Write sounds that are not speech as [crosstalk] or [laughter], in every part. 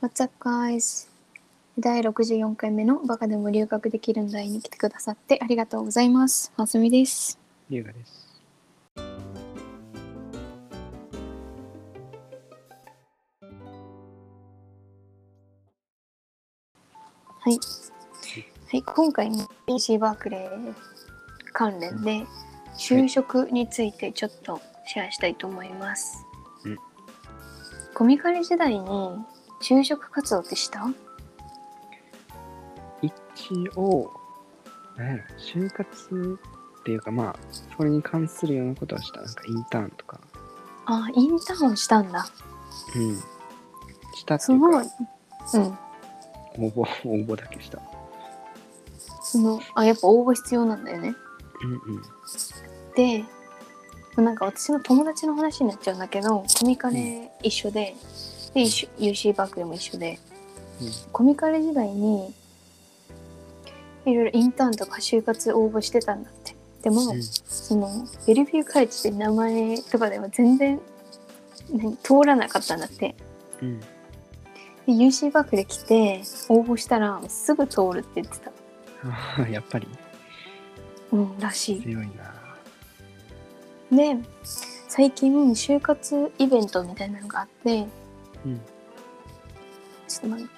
What's up, guys? 第64回目のバカでも留学できるんだいに来てくださってありがとうございます。ますみです。優雅です。はい。はい、今回も BC バークレー関連で就職についてちょっとシェアしたいと思います。うんコミカレ時代に就職活動ってした一応、なんやろ、就活っていうか、まあ、それに関するようなことはした。なんかインターンとか、あ、インターンしたんだ。うん。したってすいうごいか、。うん。応募、応募だけした。その、あ、やっぱ応募必要なんだよね。うんうん。でなんか私の友達の話になっちゃうんだけどコミカレ一緒で,、で一緒 UC バークでも一緒で、うんコミカレ時代にいろいろインターンとか就活応募してたんだってでも、うんそのベルフィューカレッジって名前とかでは全然何通らなかったんだってうん。で UC バークで来て応募したらすぐ通るって言ってた、あーやっぱりうん、らしい強いな。で最近就活イベントみたいなのがあって、うんちょっと待って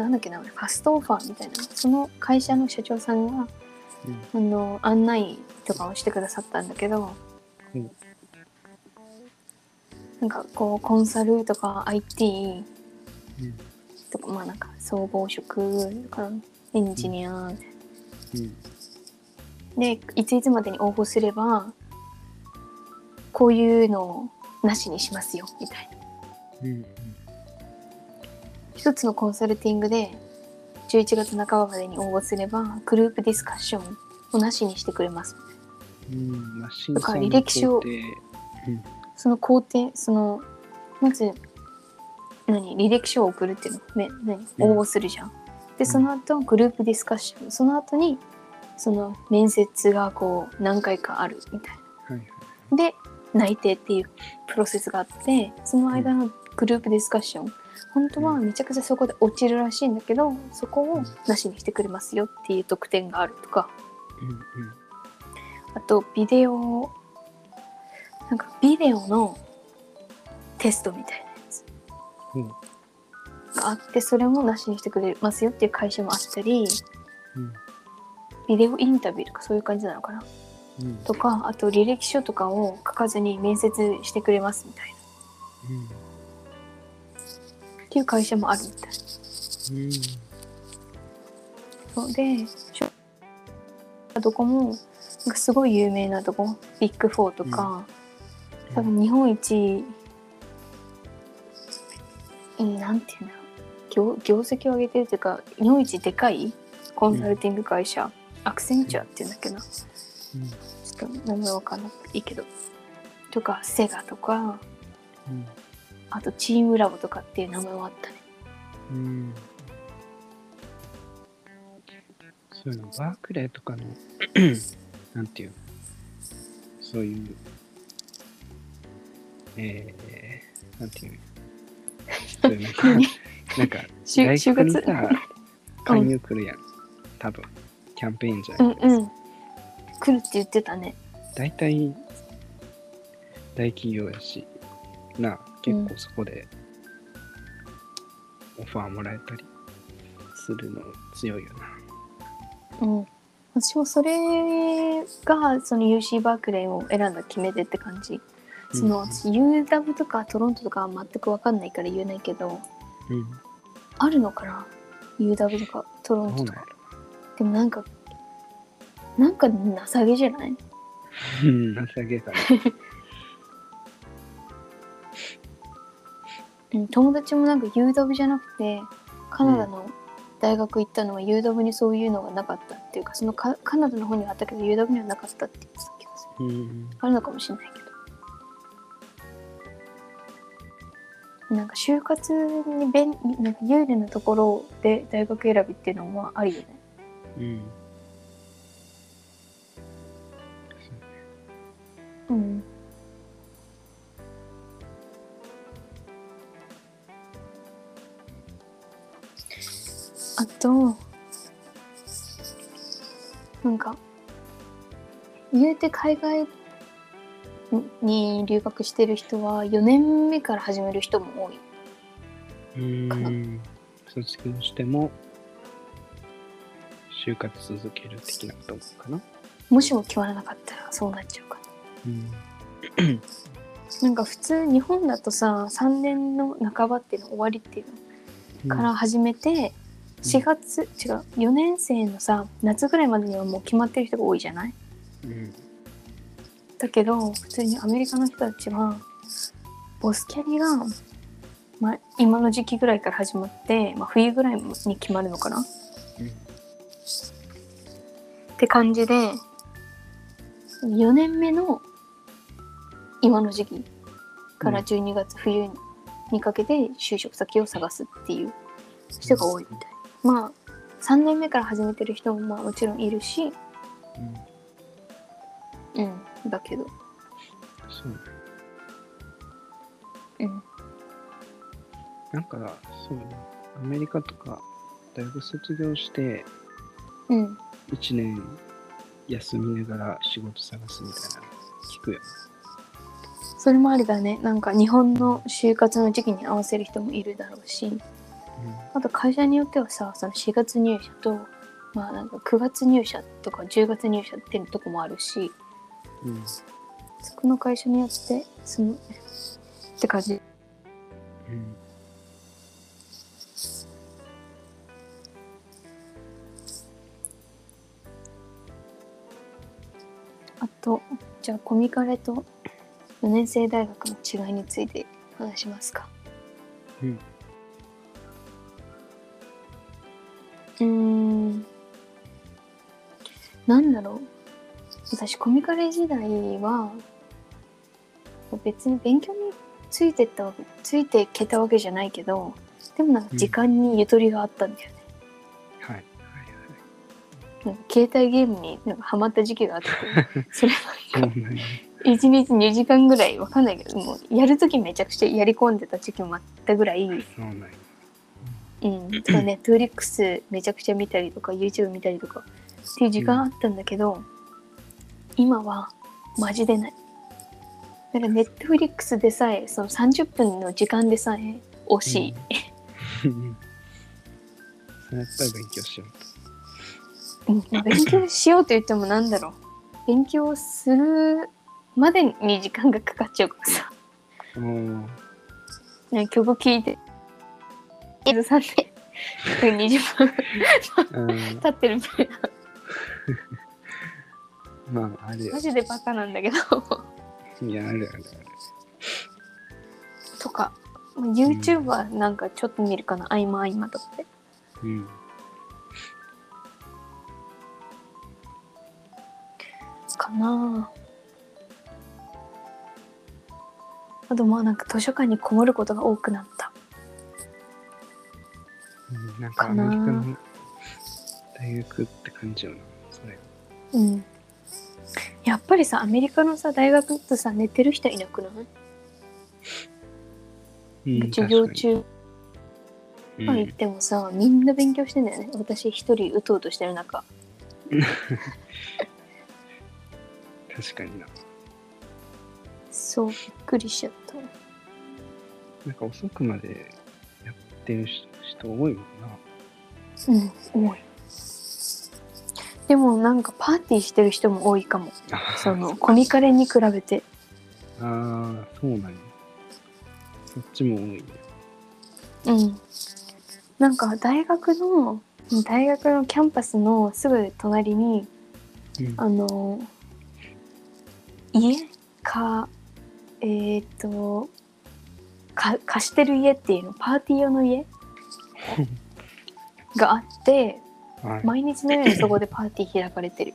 なんだっけなファストオファーみたいなその会社の社長さんが、あの案内とかをしてくださったんだけど、うんなんかこうコンサルとか IT うん。とかまあなんか総合職とかエンジニアうん。でいついつまでに応募すればこういうのをなしにしますよみたいな。うん。一つのコンサルティングで11月半ばまでに応募すればグループディスカッションをなしにしてくれますうん。うん。まあ、審だから査履歴書のを工その工程程そのまず何履歴書を送るっていうのめ何うん応募するじゃん、でその後グループディスカッションその後にその面接がこう何回かあるみたいはいはい。なで内定っていうプロセスがあってその間のグループディスカッション本当はめちゃくちゃそこで落ちるらしいんだけどそこをなしにしてくれますよっていう特典があるとかうんあとビデオなんかビデオのテストみたいなやつうんがあってそれもなしにしてくれますよっていう会社もあったりうん。ビデオインタビューとかそういう感じなのかなうん。うん。とかあと履歴書とかを書かずに面接してくれますみたいなうん。っていう会社もあるみたいうん。のでしょどこもなんかすごい有名なとこビッグフォーとか、多分日本一、うん、なんていうんだろう業業績を上げてるというか日本一でかいコンサルティング会社、アクセンチュアっていうんだっけどちうん。ょっと名前わかんないけどとかセガとかうん。あとチームラボとかっていう名前もあったねうんそういうの、バークレーとかの、なんていうの、そういう、えー、なんていうの、そういうなんか、なん [laughs] か就外就国に活さ、勧誘来るやん、多分キャンペーンじゃうなんいけど、うん来るって言ってたね大体、大企業やし、なあ、結構そこで、オファーもらえたりするの強いよな。うん私もそれがその UC バークレーを選んだ決め手って感じその、うん私 UW とかトロントとかは全く分かんないから言えないけどうん、あるのかな UW とかトロンそトうとなかでもなんやんかなんか情けじゃないろ。うん、なさげだね。うん友達もなんか UW じゃなくてカナダの大学行ったのは UW にそういうのがなかったっていうかそのカカナダの方にはあったけど UW にはなかったって言ってた気がするうん、あるのかもしれないけど。なんか就活に便なんか有利なところで大学選びっていうのもありよね。うん。うん。あとなんか言うて海外に留学してる人は4年目から始める人も多いかなうん卒業しても就活続ける的なこともかな、もしも決まらなかったらそうなっちゃうかなうん、なんか普通日本だとさ3年の半ばっていうの終わりっていうのから始めて、4月違う4年生のさ夏ぐらいまでにはもう決まってる人が多いじゃないうんだけど普通にアメリカの人たちはボスキャリが、まあ、今の時期ぐらいから始まって、まあ、冬ぐらいに決まるのかなって感じで4年目の今の時期からうん12月冬にかけて就職先を探すっていう人が多いみたい。まあ3年目から始めてる人もまあもちろんいるし、うんうん、だけど、そうねうん、なんかそうねアメリカとか大学卒業してうん、 1年休みながら仕事探すみたいなの聞くよそれもありだねなんか日本の就活の時期に合わせる人もいるだろうしね、あと会社によってはさその4月入社と、まあ、なんか9月入社とか10月入社っていうとこもあるしうんうんそこの会社によってそのって感じうんあとじゃあコミカレと4年生大学の違いについて話しますかうんうーんなんだろう私コミカレ時代は別に勉強についてったわけついていけたわけじゃないけどでもなんか時間にゆとりがあったんだよね、はいはいなんか携帯ゲームになんかハマった時期 [laughs] があってそれははいそうなんや1日2時間ぐらいわかんないけどもうやる時めちゃくちゃやり込んでた時期もあったぐらい、そうなんやうん、とかネットフリックスめちゃくちゃ見たりとか YouTube 見たりとかっていう時間あったんだけど、今はマジでない。なんかネットフリックスでさえその30分の時間でさえ惜しい、うんそれやったら勉強しようとうん勉強しようと言ってもなんだろう勉強するまでに時間がかかっちゃうからさおーね曲聴いて伊豆さんで20分うん経ってるみたいなまあある [laughs] よマジでバカなんだけどいやあるあるとか YouTuber なんかちょっと見るかな合間合間とかであるうんかなあとまあなんか図書館にこもることが多くなったうんなんかアかなメリカの大学って感じよなそれうんやっぱりさアメリカのさ大学ってさ寝てる人いなくない、うん授業確か中にまあ行ってもさ、みんな勉強してんだよね私一人うとうとしてる中うん確かになそうびっくりしちゃったなんか遅くまでやってる人人多いもんなうん、多い。でもなんかパーティーしてる人も多いか [laughs] も。あそのコミカレに比べて。あーそうなんやそっちも多いねうん。なんか大学の、大学のキャンパスのすぐ隣に、うんあの、家か、えーっ、と、か貸してる家っていうの、パーティー用の [laughs] 家があって、はい毎日のようにそこでパーティー開かれてる。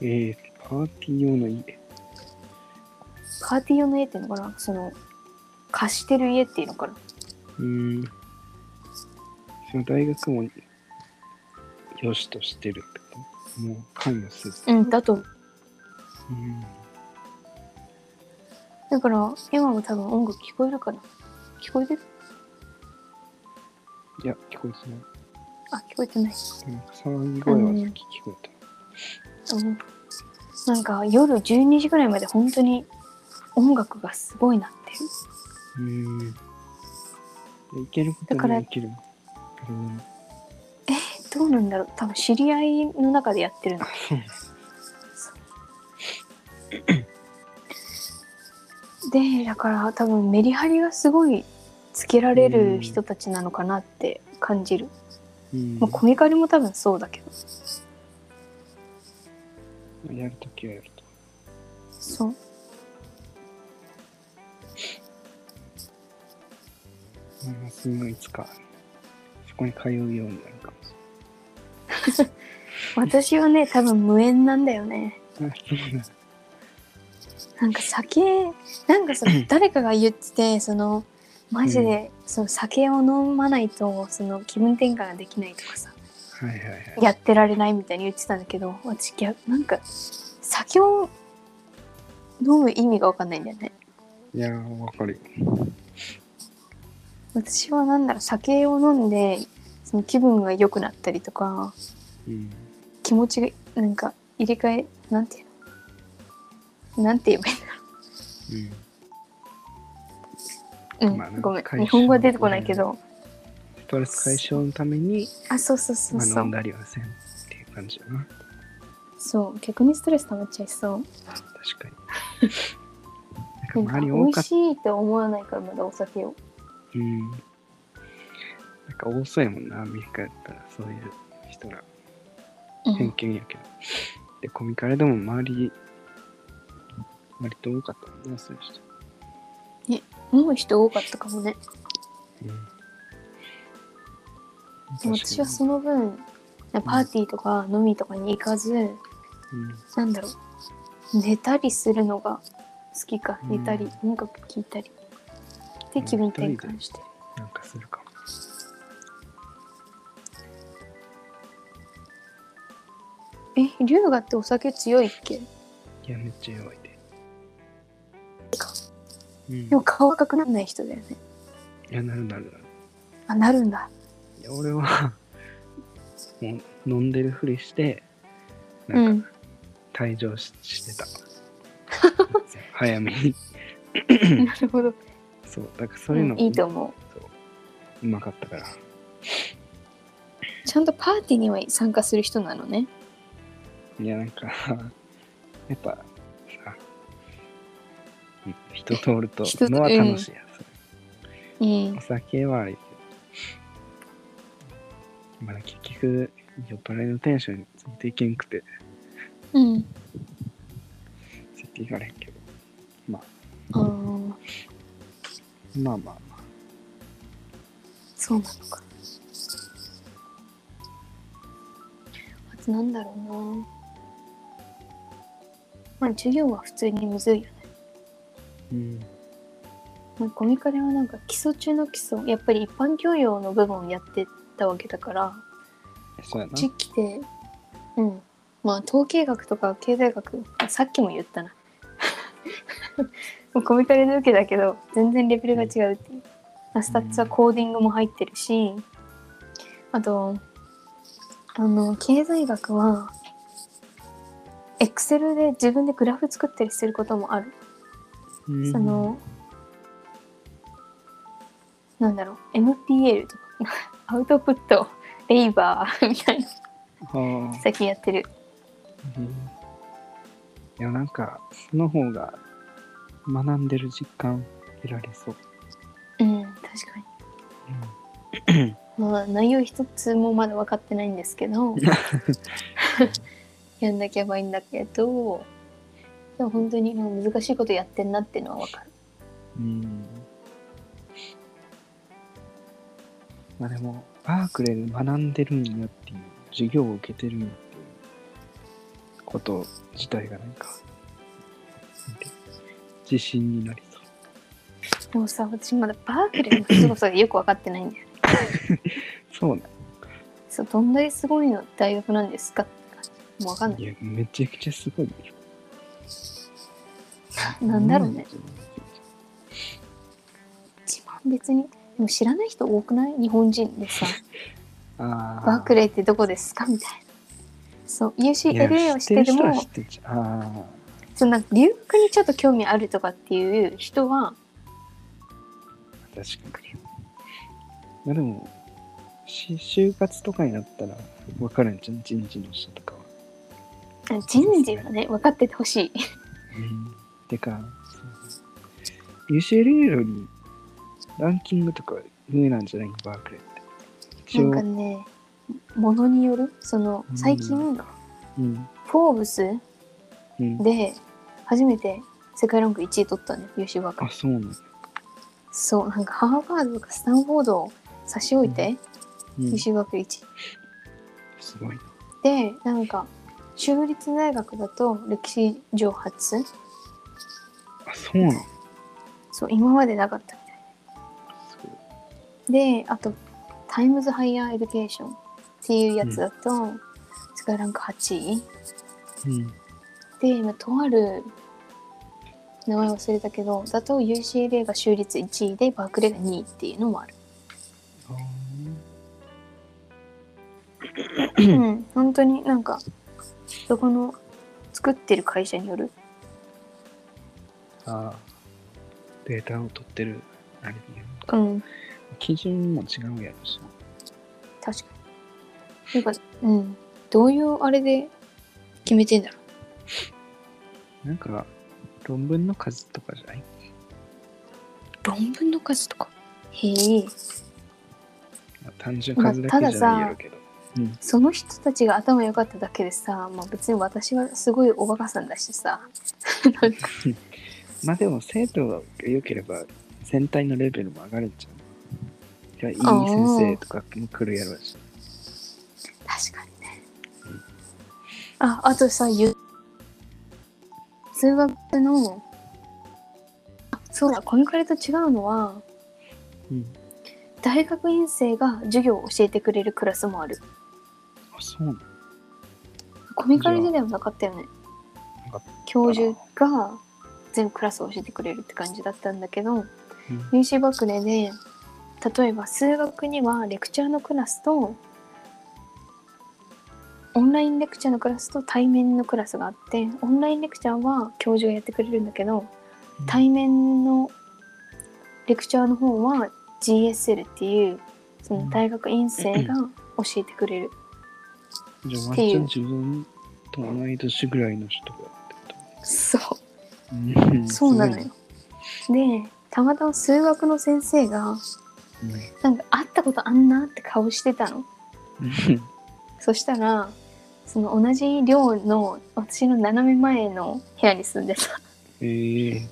えー、パーティー用の家パーティー用の家っていうのかなその貸してる家っていうのかなうんその大学も良しとしてるってこともう関与せずうんだとうんだから今も多分音楽聞こえるかな聞こえてるいや聞こえてないあ聞こえてないうん騒ぎ声はさっき聞こえうんなんか夜12時ぐらいまで本当に音楽がすごいなってるた。うん。いけることだからにいける。うん。どうなんだろう多分知り合いの中でやって [laughs] るのそうなんですでだから多分メリハリがすごいつけられる人たちなのかなって感じる、うんまあ、コミカルも多分そうだけどやるときはやると。そうまあ、すごいいつか、そこに通うようになるかもし私はね多分無縁なんだよねれない。 [laughs] あ、そうなんだ。なんか酒なんかその誰かが言っててそのマジでその酒を飲まないとその気分転換ができないとかさはいはいはい。やってられないみたいに言ってたんだけど私いやなんか酒を飲む意味が分かんないんだよねいやー、わかるよ。私はなんだろう酒を飲んでその気分が良くなったりとかうん。気持ちがなんか入れ替えなんていうのなんて言えばいいの、うんまあなんかごめん解消日本語は出てこないけどうん。ストレス解消のために、あそうそうそうまあ、そ飲んうだりはせんっていう感じだな。そう逆にストレス溜まっちゃいそう確かに。 [laughs] ななんんかか周り美多味かっしいって思わないからまだお酒をた。うん。なんか多そうやもんな、アメリカやったら、そういう人ら。偏見やけど。で、コミカルでも周り、割と多かったもんな、そういう人。飲む人多かったかもねでうん。も私はその分パーティーとか飲みとかに行かず、うん。なんだろう寝たりするのが好きかうん寝たり、音楽聴いたりで気分転換してるなんかするかも。え龍河ってお酒強いっけいや、めっちゃ弱いで。うん。いでも顔赤くならない人だよねや、なるなるなる。あなるんだいや俺は [laughs] もう飲んでるふりしてうなんんか退場し,、して [laughs] た早めに [laughs] なるほど、そうだからそうういうのん、いいと思ううまかったからちゃんとパーティーには参加する人なのねいやなんか [laughs] やっぱさうん人通ると人のは楽しいやつ、うんお酒はあれやけどまあ結局酔っ払いのテンションについていけんくてうんついていかれへんけどああまあまあまあそうなのかあとなんだろうなまあ授業は普通にむずいよねうんまあコミカルはなんか基礎中の基礎やっぱり一般教養の部分をやってたわけだからそうやな時期でうんまあ統計学とか経済学あさっきも言った [laughs] なもうコミカルの受けだけど全然レベルが違うっていう、まあ、スタッツはコーディングも入ってるしあとあの経済学はエクセルで自分でグラフ作ったりすることもあるうんその、なんだろう、MPL とか、アウトプット、レイバー [laughs] みたいな、はあ最近やってる。うんいやなんかその方が学んでる実感得られそう、うん、確かに。まあ、内容一つもまだ分かってないんですけ [laughs] ど、やんなきゃいけばいいんだけど、でも本当にもう難しいことやってんなっていうのは分かる。うんまあでもバークレーで学んでるんやっていう授業を受けてるんやっていうこと自体がなんかなんていう自信になりそうでもさ、私まだバークレーのすごさがよく分かってないんだよね。そうねそう、どんだけすごいの大学なんですかって感じ。もう分かんない。いやめちゃくちゃすごいよなんだろうね。 [laughs] 一番別にでも知らない人多くない日本人でさあーバークレーってどこですかみたいな。そう、い UCLA やをしてで人はも知、ってんじゃんあそんな留学にちょっと興味あるとかっていう人は、あ、確かに。まあでも、し就活とかになったら分かるんじゃん、人事の人とかは。あ人事はね、分かっててほしい。てか、そう UCLA よりランキングとか上なんじゃないのバークレーって。一な応んかね、ものによる、そのうん最近、うん。フォーブスうん。で初めて世界ランク1位取ったね、優秀学あ、そうなの、そう、なんかハーバードとかスタンフォードを差し置いて、うん優、秀学1位。すごいな。で、なんか、州立大学だと歴史上初あ、そうなのそう、今までなかったみたいすごいで、あと、タイムズハイヤーエデュケーションっていうやつだと、世界ランク8位。うん。で、今、とある名前忘れたけど、だと UCLA が州立1位で、バークレーが2位っていうのもある。あうん、本当になんか、そこの作ってる会社による。ーあー。データを取ってる、あれね。うん、基準も違うやろしな。確かに。なんか、うん、どういうあれで決めてんだろ。なんか、論文の数とかじゃないう論文の数とか。へえ。まあ単純数だけじゃないやろうけど。うん。その人たちが頭良かっただけでさ、まあ、別に私はすごいおバカさんだしさまあでも生徒が良ければ全体のレベルも上がるんじゃん。いやあいいー先生とかも来るやろうし。確かにねああとさゆ数学のあそうだコミカレと違うのはうん。大学院生が授業を教えてくれるクラスもあるあ、そうなのコミカレ時代はなかったよねなかっ教授が全部クラスを教えてくれるって感じだったんだけど入試バクレで例えば数学にはレクチャーのクラスとオンラインレクチャーのクラスと対面のクラスがあってオンラインレクチャーは教授がやってくれるんだけどうん対面のレクチャーの方は GSL っていうその大学院生が教えてくれるうん。じゃあワンチャン自分と同い年ぐらいの人がってこそうとうんそうなの。 [laughs] すよでたまたま数学の先生がごいねなんか会ったことあんなって顔してたのうんそしたらその同じ寮の私の斜め前の部屋に住んでたえー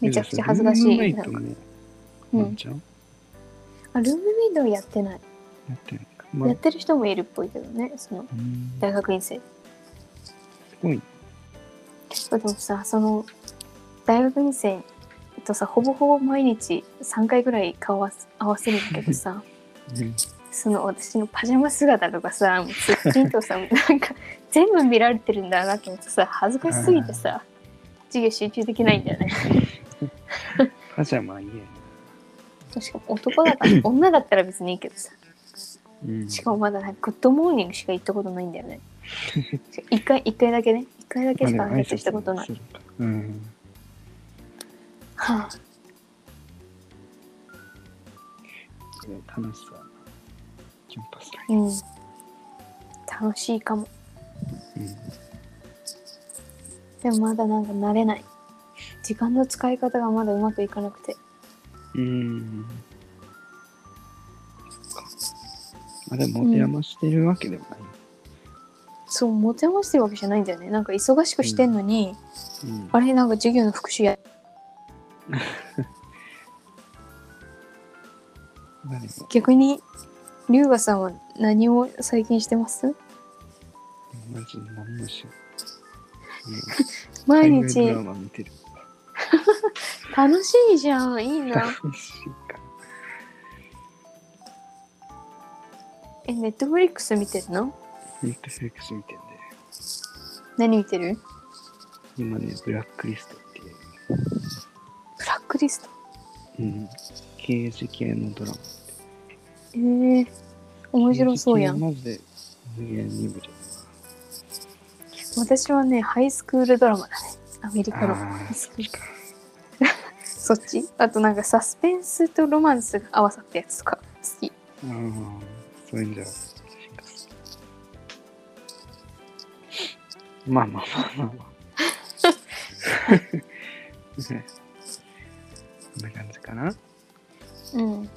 めちゃくちゃ恥ずかしいやなそんれルか、うームメイトもワンん、チャンあルームメイドはやってない、やってないか。まあやってる人もいるっぽいけどねそのうん大学院生すごいね。でもさその大学院生とさほぼほぼ毎日3回ぐらい顔合わせ合わせるんだけどさうんその私のパジャマ姿とかさもうすっきんと [laughs] さなんか全部見られてるんだなと思ってさ恥ずかしすぎてさ授業集中できないんだよねパジャマいいね。しかも男だから [laughs] 女だったら別にいいけどさうんしかもまだなんかグッドモーニングしか行ったことないんだよねしかも一回一回だけね一回だけしかまあで挨も拶したことない挨拶、するかうん。はあ、これ楽しそうだな。キャンパスライうん楽しいかもフ。うんでもまだなんか慣れない時間の使い方がまだうまくいかなくてうーん。そっかまあでも、持て余してるわけでもない。そう持て余してるわけじゃないんだよねなんか忙しくしてんのに、うんあれなんか授業の復習やまあでも、逆に龍河さんは何を最近してますマジで何もしよう。もう毎海外日ドラマ見てる。楽しいじゃんいいな [laughs] 楽しいかえネットフリックス見てるのネットフリックス見てんで。何見てる今ね、ブラックリストっていう、ブラックリストうん、刑事系のドラマ。えー、面白そうやんマジで無限に無理。私はねハイスクールドラマだねアメリあカのあー、そっか。 [laughs] そっちあとなんかサスペンスとロマンスが合わさったやつとか好きああ、そういうんじゃ。まあまあ [laughs] まあま [laughs] あまあ。ねこんな感じかな。うん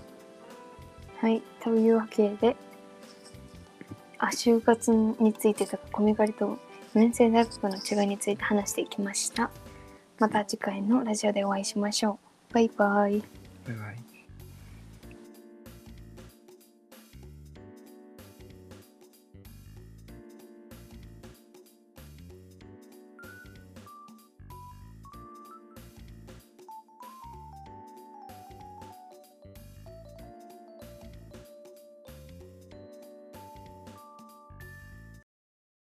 はいというわけであ就活についてとかコミカリと4年生大学の違いについて話していきましたまた次回のラジオでお会いしましょうバイバイバイバイ。